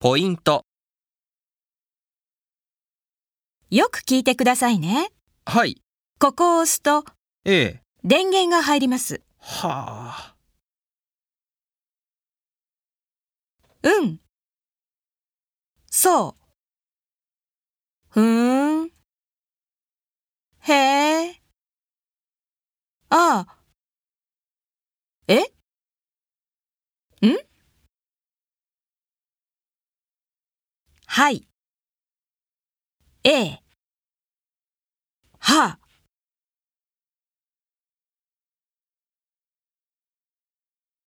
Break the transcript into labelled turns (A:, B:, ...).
A: ポイント。
B: よく聞いてくださいね。
A: はい。
B: ここを押すと
A: ええ。
B: 電源が入ります。
A: はあ。
B: うん。そう。ふーん。へえ。ああ。えんはい。ええ。はあ。